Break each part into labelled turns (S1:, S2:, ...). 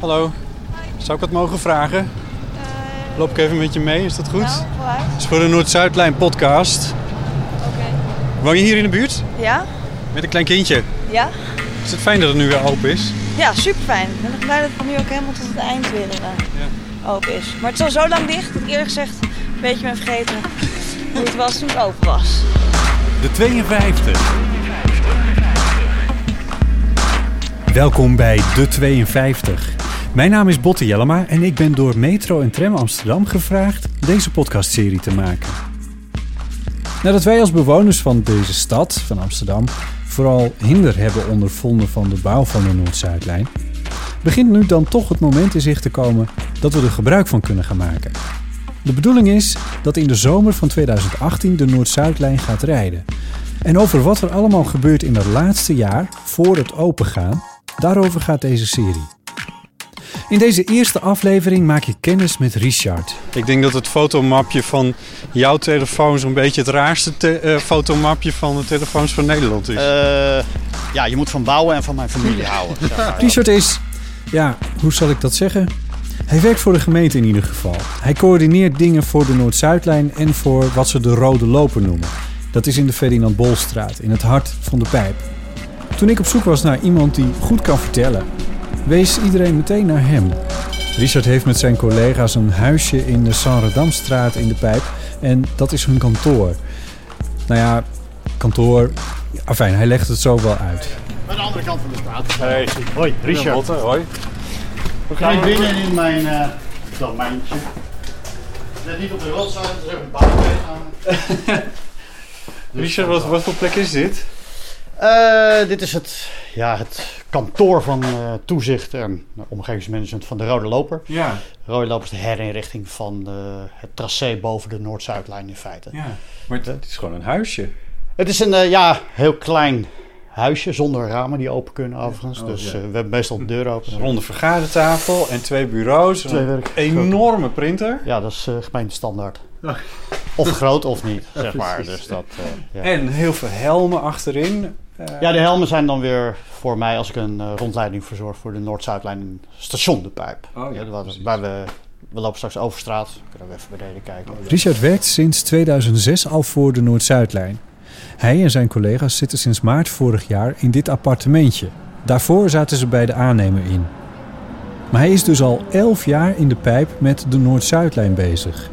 S1: Hallo. Zou ik wat mogen vragen? Loop ik even met je mee, is dat goed?
S2: Nou, vooruit.
S1: Het is voor de Noord-Zuidlijn podcast.
S2: Oké.
S1: Woon je hier in de buurt?
S2: Ja?
S1: Met een klein kindje.
S2: Ja?
S1: Is het fijn dat het nu weer open is?
S2: Ja, super fijn. Ik ben ook blij dat het nu ook helemaal tot het eind weer eh, open is. Maar het is al zo lang dicht dat ik eerlijk gezegd een beetje ben vergeten hoe het was toen het open was.
S3: De 52. Welkom bij De 52. Mijn naam is Botte Jellema en ik ben door Metro en Tram Amsterdam gevraagd deze podcastserie te maken. Nadat wij als bewoners van deze stad, van Amsterdam, vooral hinder hebben ondervonden van de bouw van de Noord-Zuidlijn, begint nu dan toch het moment in zicht te komen dat we er gebruik van kunnen gaan maken. De bedoeling is dat in de zomer van 2018 de Noord-Zuidlijn gaat rijden. En over wat er allemaal gebeurt in het laatste jaar voor het opengaan, daarover gaat deze serie. In deze eerste aflevering maak je kennis met Richard.
S1: Ik denk dat het fotomapje van jouw telefoon zo'n beetje het raarste te- eh, fotomapje van de telefoons van Nederland is.
S4: Eh, ja, je moet van bouwen en van mijn familie houden. zeg maar.
S3: Richard is, ja, hoe zal ik dat zeggen? Hij werkt voor de gemeente in ieder geval. Hij coördineert dingen voor de Noord-Zuidlijn en voor wat ze de Rode Loper noemen. Dat is in de Ferdinand Bolstraat, in het hart van de pijp. Toen ik op zoek was naar iemand die goed kan vertellen, wees iedereen meteen naar hem. Richard heeft met zijn collega's een huisje in de Sanredamstraat in de pijp en dat is hun kantoor. Nou ja, kantoor. Afijn, hij legt het zo wel uit.
S4: Aan de andere kant van de straat.
S1: Hey.
S4: Hoi, Richard.
S1: hoi.
S4: We gaan binnen in mijn eh domeintje. Let niet op de rotzooi, er is even een bouwplein aan.
S1: Richard, wat, wat voor plek is dit?
S4: Eh, dit is het, ja, het kantoor van eh, toezicht en omgevingsmanagement van de Rode Loper.
S1: Ja,
S4: Rode Loper is de herinrichting van eh, het tracé boven de Noord-Zuidlijn in feite.
S1: ja. Maar het is gewoon een huisje.
S4: Het is een eh, ja, heel klein huisje zonder ramen die open kunnen overigens.
S1: Oh,
S4: dus
S1: ja.
S4: eh, we hebben meestal de deur open.
S1: Een ronde vergadertafel en twee bureaus.
S4: Twee
S1: een
S4: werkgroepen.
S1: enorme printer.
S4: Ja, dat is eh gemeentestandaard. Of groot of niet, zeg maar. Dus dat, eh, ja.
S1: En heel veel helmen achterin. Eh,
S4: ja, de helmen zijn dan weer voor mij als ik een eh, rondleiding verzorg voor de Noord-Zuidlijn in station De Pijp.
S1: Oh ja,
S4: waar,
S1: precies.
S4: waar we, we lopen straks over straat. Kunnen we even beneden kijken.
S1: Oh,
S3: Richard werkt sinds 2006 al voor de Noord-Zuidlijn. Hij en zijn collega's zitten sinds maart vorig jaar in dit appartementje. Daarvoor zaten ze bij de aannemer in. Maar hij is dus al 11 jaar in de pijp met de Noord-Zuidlijn bezig.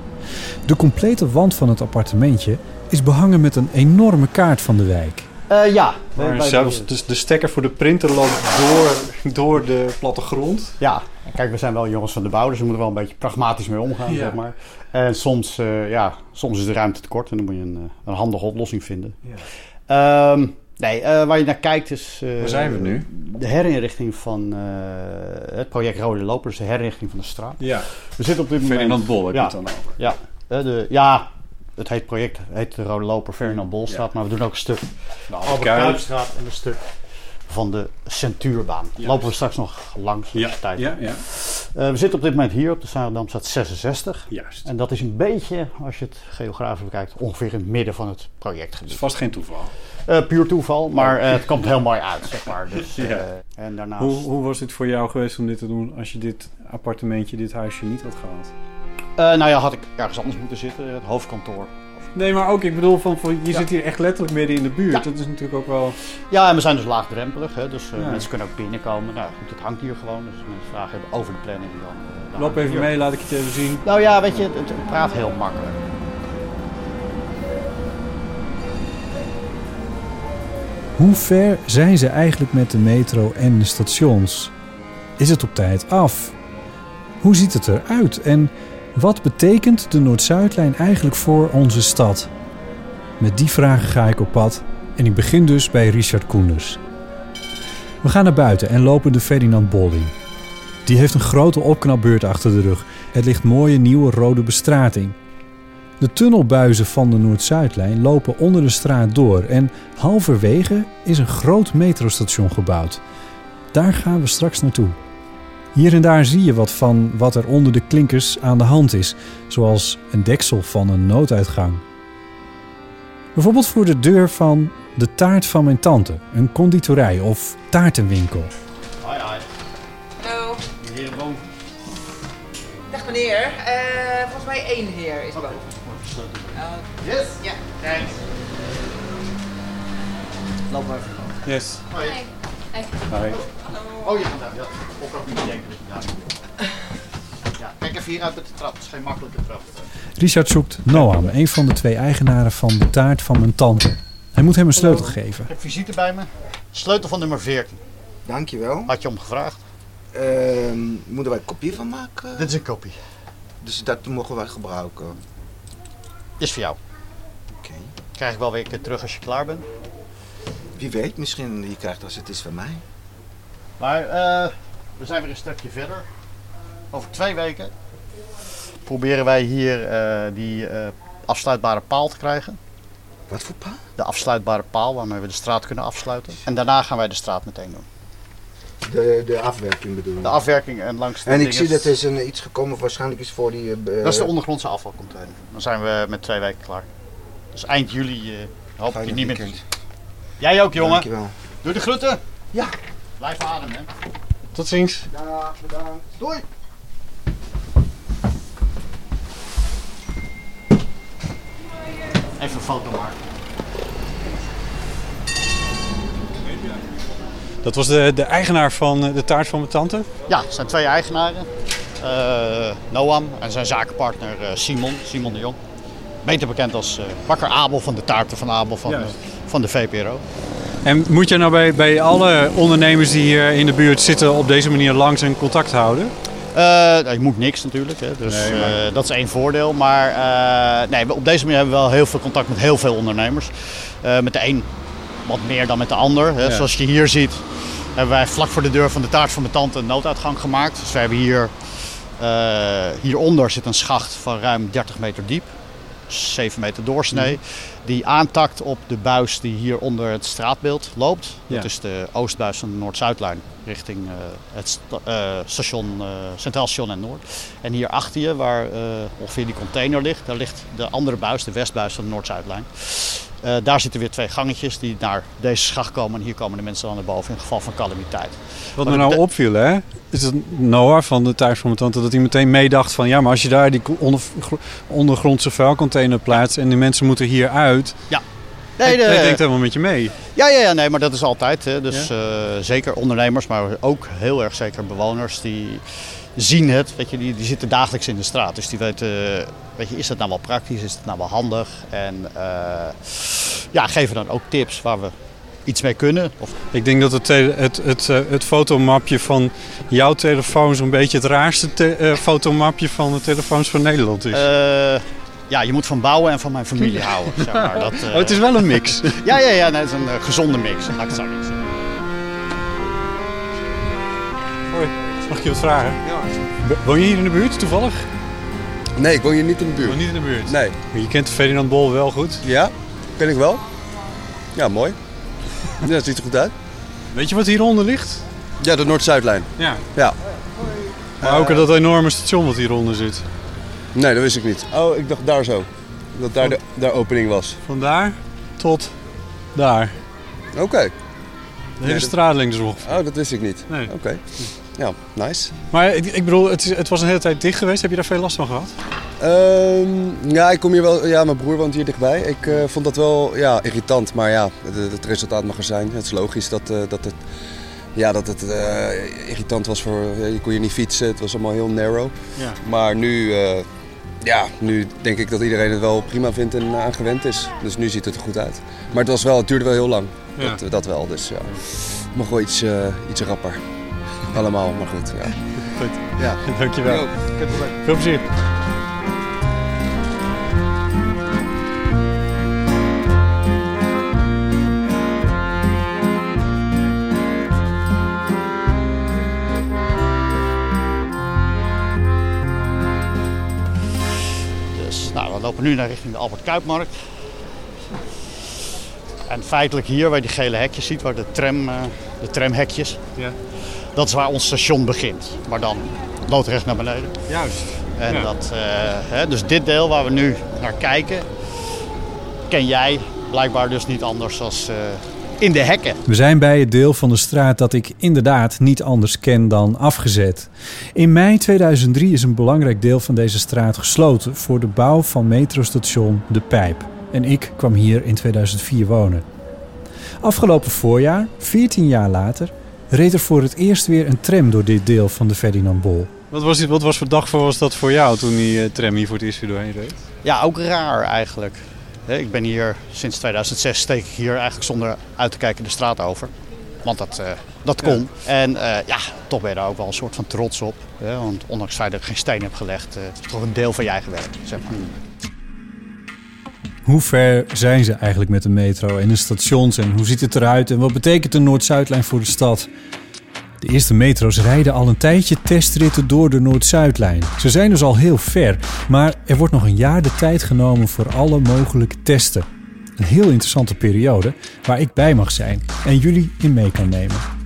S3: De complete wand van het appartementje is behangen met een enorme kaart van de wijk.
S4: Eh, ja.
S1: Maar
S4: Bij- bij-
S1: zelfs dus de stekker voor de printer loopt door, door de plattegrond.
S4: Ja, kijk, we zijn wel jongens van de bouw, dus we moeten wel een beetje pragmatisch mee omgaan,
S1: Ja.
S4: zeg maar. En soms, eh, ja, soms is de ruimte tekort en dan moet je een, eh, een handige oplossing vinden.
S1: Ja.
S4: Ehm, nee, eh, waar je naar kijkt is... eh,
S1: Waar zijn we nu?
S4: De herinrichting van eh, het project Rode Loper, dus de herinrichting van de straat.
S1: Ja,
S4: We zitten op dit moment...
S1: Ferdinand Bol heb je
S4: Ja.
S1: het dan over.
S4: Ja, eh, de, ja het heet project het heet de Rode Loper Ferdinand Bolstraat, maar we doen ook een stuk
S1: Nou,
S4: Albert
S1: Kuip.
S4: Kuipstraat en een stuk van de Centuurbaan.
S1: Ja.
S4: Lopen we straks nog langs.
S1: Ja,
S4: als tijd
S1: ja, ja.
S4: eh, we zitten op dit moment hier op de Sarendamstraat 66.
S1: Juist.
S4: En dat is een beetje, als je het geografisch bekijkt, ongeveer in het midden van het
S1: Het is
S4: projectgebied.
S1: vast geen toeval.
S4: Eh, puur toeval, maar eh, het komt heel mooi uit, zeg maar. Dus, eh,
S1: Ja.
S4: en daarnaast...
S1: Hoe, hoe was het voor jou geweest om dit te doen als je dit appartementje, dit huisje niet had gehad?
S4: Eh, nou ja, had ik ergens anders moeten zitten, het hoofdkantoor.
S1: Nee, maar ook, ik bedoel, van, van, je
S4: Ja.
S1: zit hier echt letterlijk midden in de buurt.
S4: Ja.
S1: Dat is natuurlijk ook wel...
S4: Ja, en we zijn dus laagdrempelig, hè, dus eh,
S1: Ja.
S4: mensen kunnen ook binnenkomen. Nou goed, het hangt hier gewoon, dus als mensen vragen hebben over de planning, dan... eh, dan
S1: Loop
S4: hangt het
S1: even
S4: hier.
S1: mee, laat ik het je even zien.
S4: Nou ja, weet je, het, het praat heel makkelijk.
S3: Hoe ver zijn ze eigenlijk met de metro en de stations? Is het op tijd af? Hoe ziet het eruit en wat betekent de Noord-Zuidlijn eigenlijk voor onze stad? Met die vragen ga ik op pad en ik begin dus bij Richard Koenders. We gaan naar buiten en lopen de Ferdinand Bolding. Die heeft een grote opknapbeurt achter de rug. Het ligt mooie nieuwe rode bestrating. De tunnelbuizen van de Noord-Zuidlijn lopen onder de straat door en halverwege is een groot metrostation gebouwd. Daar gaan we straks naartoe. Hier en daar zie je wat van wat er onder de klinkers aan de hand is, zoals een deksel van een nooduitgang. Bijvoorbeeld voor de deur van de taart van mijn tante, een conditorij of taartenwinkel.
S4: Hoi, hoi.
S2: Hallo.
S4: De heer Boom
S5: Dag meneer, Eh, volgens mij één heer is boven.
S4: wordt gesloten.
S5: Oh,
S4: Yes?
S5: ja.
S4: Kijk. Loop maar even. langs.
S1: Yes.
S4: Hoi.
S1: Hi.
S4: Oh, je gaat daar. Ja. Ook al niet denken dat je daar moet. Ja, kijk even hier uit met de trap. Het is geen makkelijke trap.
S3: Richard zoekt Noam, een van de twee eigenaren van de taart van mijn tante. Hij moet hem een sleutel geven.
S4: Ik heb visite bij me. Sleutel van nummer 14.
S6: Dankjewel.
S4: Had je om gevraagd?
S6: Ehm moeten wij een kopie van maken?
S4: Dit is een kopie.
S6: Dus dat mogen wij gebruiken. Oké.
S4: Is voor jou. Krijg ik wel weer een keer terug als je klaar bent.
S6: Wie weet, misschien je krijgt als het is van mij.
S4: Maar eh, we zijn weer een stukje verder. Over twee weken proberen wij hier eh, die eh, afsluitbare paal te krijgen.
S6: Wat voor pa?
S4: De afsluitbare paal waarmee we de straat kunnen afsluiten. En daarna gaan wij de straat meteen doen.
S6: De, de afwerking bedoel ik.
S4: De afwerking en langs de
S6: en ik
S4: dingen-
S6: zie dat er is een, iets gekomen, waarschijnlijk is voor die... eh, be-
S4: Dat is de ondergrondse afvalcontainer. Dan zijn we met twee weken klaar. Dus eind juli eh hoop ik
S6: Fijne
S4: je niet meer.
S6: weekend.
S4: Jij ook, jongen.
S6: Dankjewel.
S4: Doe de groeten.
S6: Ja.
S4: Blijf ademen. hè.
S1: Tot ziens.
S6: Ja, bedankt. Doei.
S4: Even een foto maken.
S1: Dat was de, de eigenaar van eh, de taart van mijn tante.
S4: Ja, er zijn twee eigenaren. Eh, Noam en zijn zakenpartner eh, Simon, Simon de Jong. Beter bekend als eh, bakker Abel van de taarten van Abel van,
S1: Juist.
S4: eh, van de VPRO.
S1: En moet jij nou bij, bij alle ondernemers die hier in de buurt zitten op deze manier langs en contact houden?
S4: Eh, nou, je moet niks natuurlijk, hè, dus
S1: Nee, maar-
S4: eh, dat is één voordeel. Maar eh, nee, op deze manier hebben we wel heel veel contact met heel veel ondernemers. Eh, met de een wat meer dan met de ander. Hè.
S1: Ja.
S4: Zoals je hier ziet, hebben wij vlak voor de deur van de taart van mijn tante een nooduitgang gemaakt. Dus we hebben hier, eh, hieronder zit een schacht van ruim 30 meter diep. 7 meter doorsnee, die aantakt op de buis die hier onder het straatbeeld loopt.
S1: Ja.
S4: Dat is de oostbuis van de Noord-Zuidlijn richting eh, het sta- eh, station, eh, Centraal Station en Noord. En hier achter je, waar eh, ongeveer die container ligt, daar ligt de andere buis, de westbuis van de Noord-Zuidlijn. Eh, daar zitten weer twee gangetjes die naar deze schacht komen en hier komen de mensen dan naar boven in geval van calamiteit. Maar
S1: Wat me
S4: de-
S1: nou
S4: de-
S1: opviel, hè? Is het Noah van de taart van mijn tante dat hij meteen meedacht van ja, maar als je daar die onder- ondergrondse vuilcontainer plaatst en die mensen moeten hier uit,
S4: Nee, de-
S1: hij, hij denkt helemaal met je mee.
S4: Ja, ja, ja, nee, maar dat is altijd. Hè. Dus eh, zeker ondernemers, maar ook heel erg zeker bewoners die zien het. Weet je, die, die zitten dagelijks in de straat. Dus die weten, eh, weet je, is dat nou wel praktisch? Is dat nou wel handig? En eh, ja, geven dan ook tips waar we iets mee kunnen. Of,
S1: Ik denk dat het, tele- het, het, eh, het fotomapje van jouw telefoon zo'n beetje het raarste te- eh, fotomapje van de telefoons van Nederland is.
S4: eh, ja, je moet van bouwen en van mijn familie houden. Zeg maar. dat, eh,
S1: oh, het is wel een mix.
S4: Ja, ja, ja, nee, het is een eh, gezonde mix. Laat ik het zo niet zeggen.
S1: Hoi, mag ik je wat vragen? Ja. Woon je hier in de buurt toevallig?
S7: Nee, ik woon hier niet in de buurt.
S1: niet in de buurt.
S7: Nee.
S1: Je kent Ferdinand Bol wel goed.
S7: Ja, ken ik wel. Ja, mooi. Ja, dat ziet er goed uit.
S1: Weet je wat hieronder ligt?
S7: Ja, de Noord-Zuidlijn.
S1: Ja. Eh.
S7: Ja.
S1: Maar ook dat enorme station wat hieronder zit.
S7: Nee, dat wist ik niet. Oh, ik dacht daar zo. Dat daar de daar opening was.
S1: Vandaar tot daar.
S7: Oké.
S1: De hele
S7: dat-
S1: straat linksom.
S7: Oh, dat wist ik niet.
S1: Nee.
S7: Oké. Ja, nice.
S1: Maar ik, ik bedoel, het, is- het was een hele tijd dicht geweest. Heb je daar veel last van gehad?
S7: Ehm, ja, ik kom hier wel... Ja, mijn broer woont hier dichtbij. Ik eh, vond dat wel ja, irritant. Maar ja, het, het resultaat mag er zijn. Het is logisch dat, eh, dat het... Ja, dat het eh, irritant was voor... eh, Je kon hier niet fietsen. Het was allemaal heel narrow.
S1: Ja.
S7: Maar nu, eh, ja, nu denk ik dat iedereen het wel prima vindt en aan gewend is. Dus nu ziet het er goed uit. Maar het, was wel, het duurde wel heel lang.
S1: Ja.
S7: Dat, dat wel, dus ja. Mag wel iets, eh, iets rapper. Allemaal, maar goed. Ja.
S1: Dankjewel. Veel plezier.
S4: Dus nou, we lopen nu naar richting de Albert Kuipmarkt. En feitelijk hier, waar je die gele hekjes ziet, waar de, tram, eh, de tramhekjes,
S1: Ja.
S4: dat is waar ons station begint. Maar dan loodrecht naar beneden.
S1: Juist.
S4: En
S1: Ja.
S4: dat, eh, hè, dus dit deel waar we nu naar kijken, ken jij blijkbaar dus niet anders als eh, in de hekken.
S3: We zijn bij het deel van de straat dat ik inderdaad niet anders ken dan afgezet. In mei 2003 is een belangrijk deel van deze straat gesloten voor de bouw van metrostation De Pijp. En ik kwam hier in 2004 wonen. Afgelopen voorjaar, 14 jaar later, reed er voor het eerst weer een tram door dit deel van de Ferdinand Bol.
S1: Wat was, dit, wat was voor dag voor was dat voor jou toen die eh, tram hier voor het eerst weer doorheen reed?
S4: Ja, ook raar eigenlijk. Hè, Ik ben hier sinds 2006 steek ik hier eigenlijk zonder uit te kijken de straat over. Want dat, eh, dat kon. En eh, ja, toch ben je daar ook wel een soort van trots op. Hè? Want ondanks het feit dat ik geen steen heb gelegd, eh, is het toch een deel van je eigen werk. Zeg maar.
S3: Hoe ver zijn ze eigenlijk met de metro en de stations en hoe ziet het eruit en wat betekent de Noord-Zuidlijn voor de stad? De eerste metro's rijden al een tijdje testritten door de Noord-Zuidlijn. Ze zijn dus al heel ver, maar er wordt nog een jaar de tijd genomen voor alle mogelijke testen. Een heel interessante periode waar ik bij mag zijn en jullie in mee kan nemen.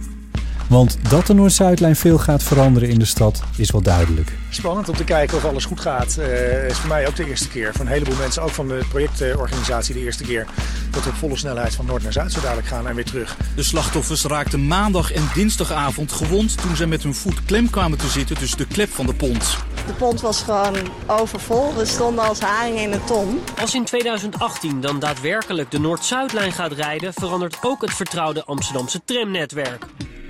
S3: Want dat de Noord-Zuidlijn veel gaat veranderen in de stad is wel duidelijk.
S8: Spannend om te kijken of alles goed gaat. Eh is voor mij ook de eerste keer. Van een heleboel mensen, ook van de projectorganisatie de eerste keer. Dat we op volle snelheid van noord naar zuid zo dadelijk gaan en weer terug.
S9: De slachtoffers raakten maandag en dinsdagavond gewond toen zij met hun voet klem kwamen te zitten tussen de klep van de pont.
S10: De pont was gewoon overvol. We stonden als haring in een ton.
S11: Als in 2018 dan daadwerkelijk de Noord-Zuidlijn gaat rijden, verandert ook het vertrouwde Amsterdamse tramnetwerk.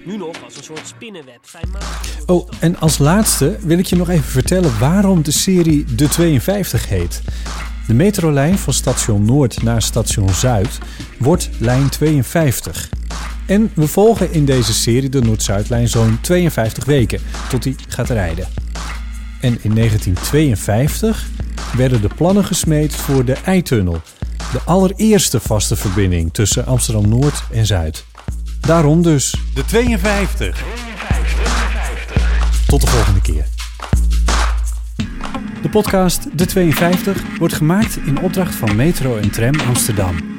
S11: Nu nog als een soort spinnenweb. fijnmatig door de
S3: Oh,
S11: stad.
S3: en als laatste wil ik je nog even vertellen waarom de serie De 52 heet. De metrolijn van station Noord naar station Zuid wordt lijn 52. En we volgen in deze serie de Noord-Zuidlijn zo'n 52 weken tot die gaat rijden. En in 1952 werden de plannen gesmeed voor de Eitunnel, de allereerste vaste verbinding tussen Amsterdam Noord en Zuid. Daarom dus
S1: De 52.
S3: tot de volgende keer. De podcast De 52 wordt gemaakt in opdracht van Metro en Tram Amsterdam.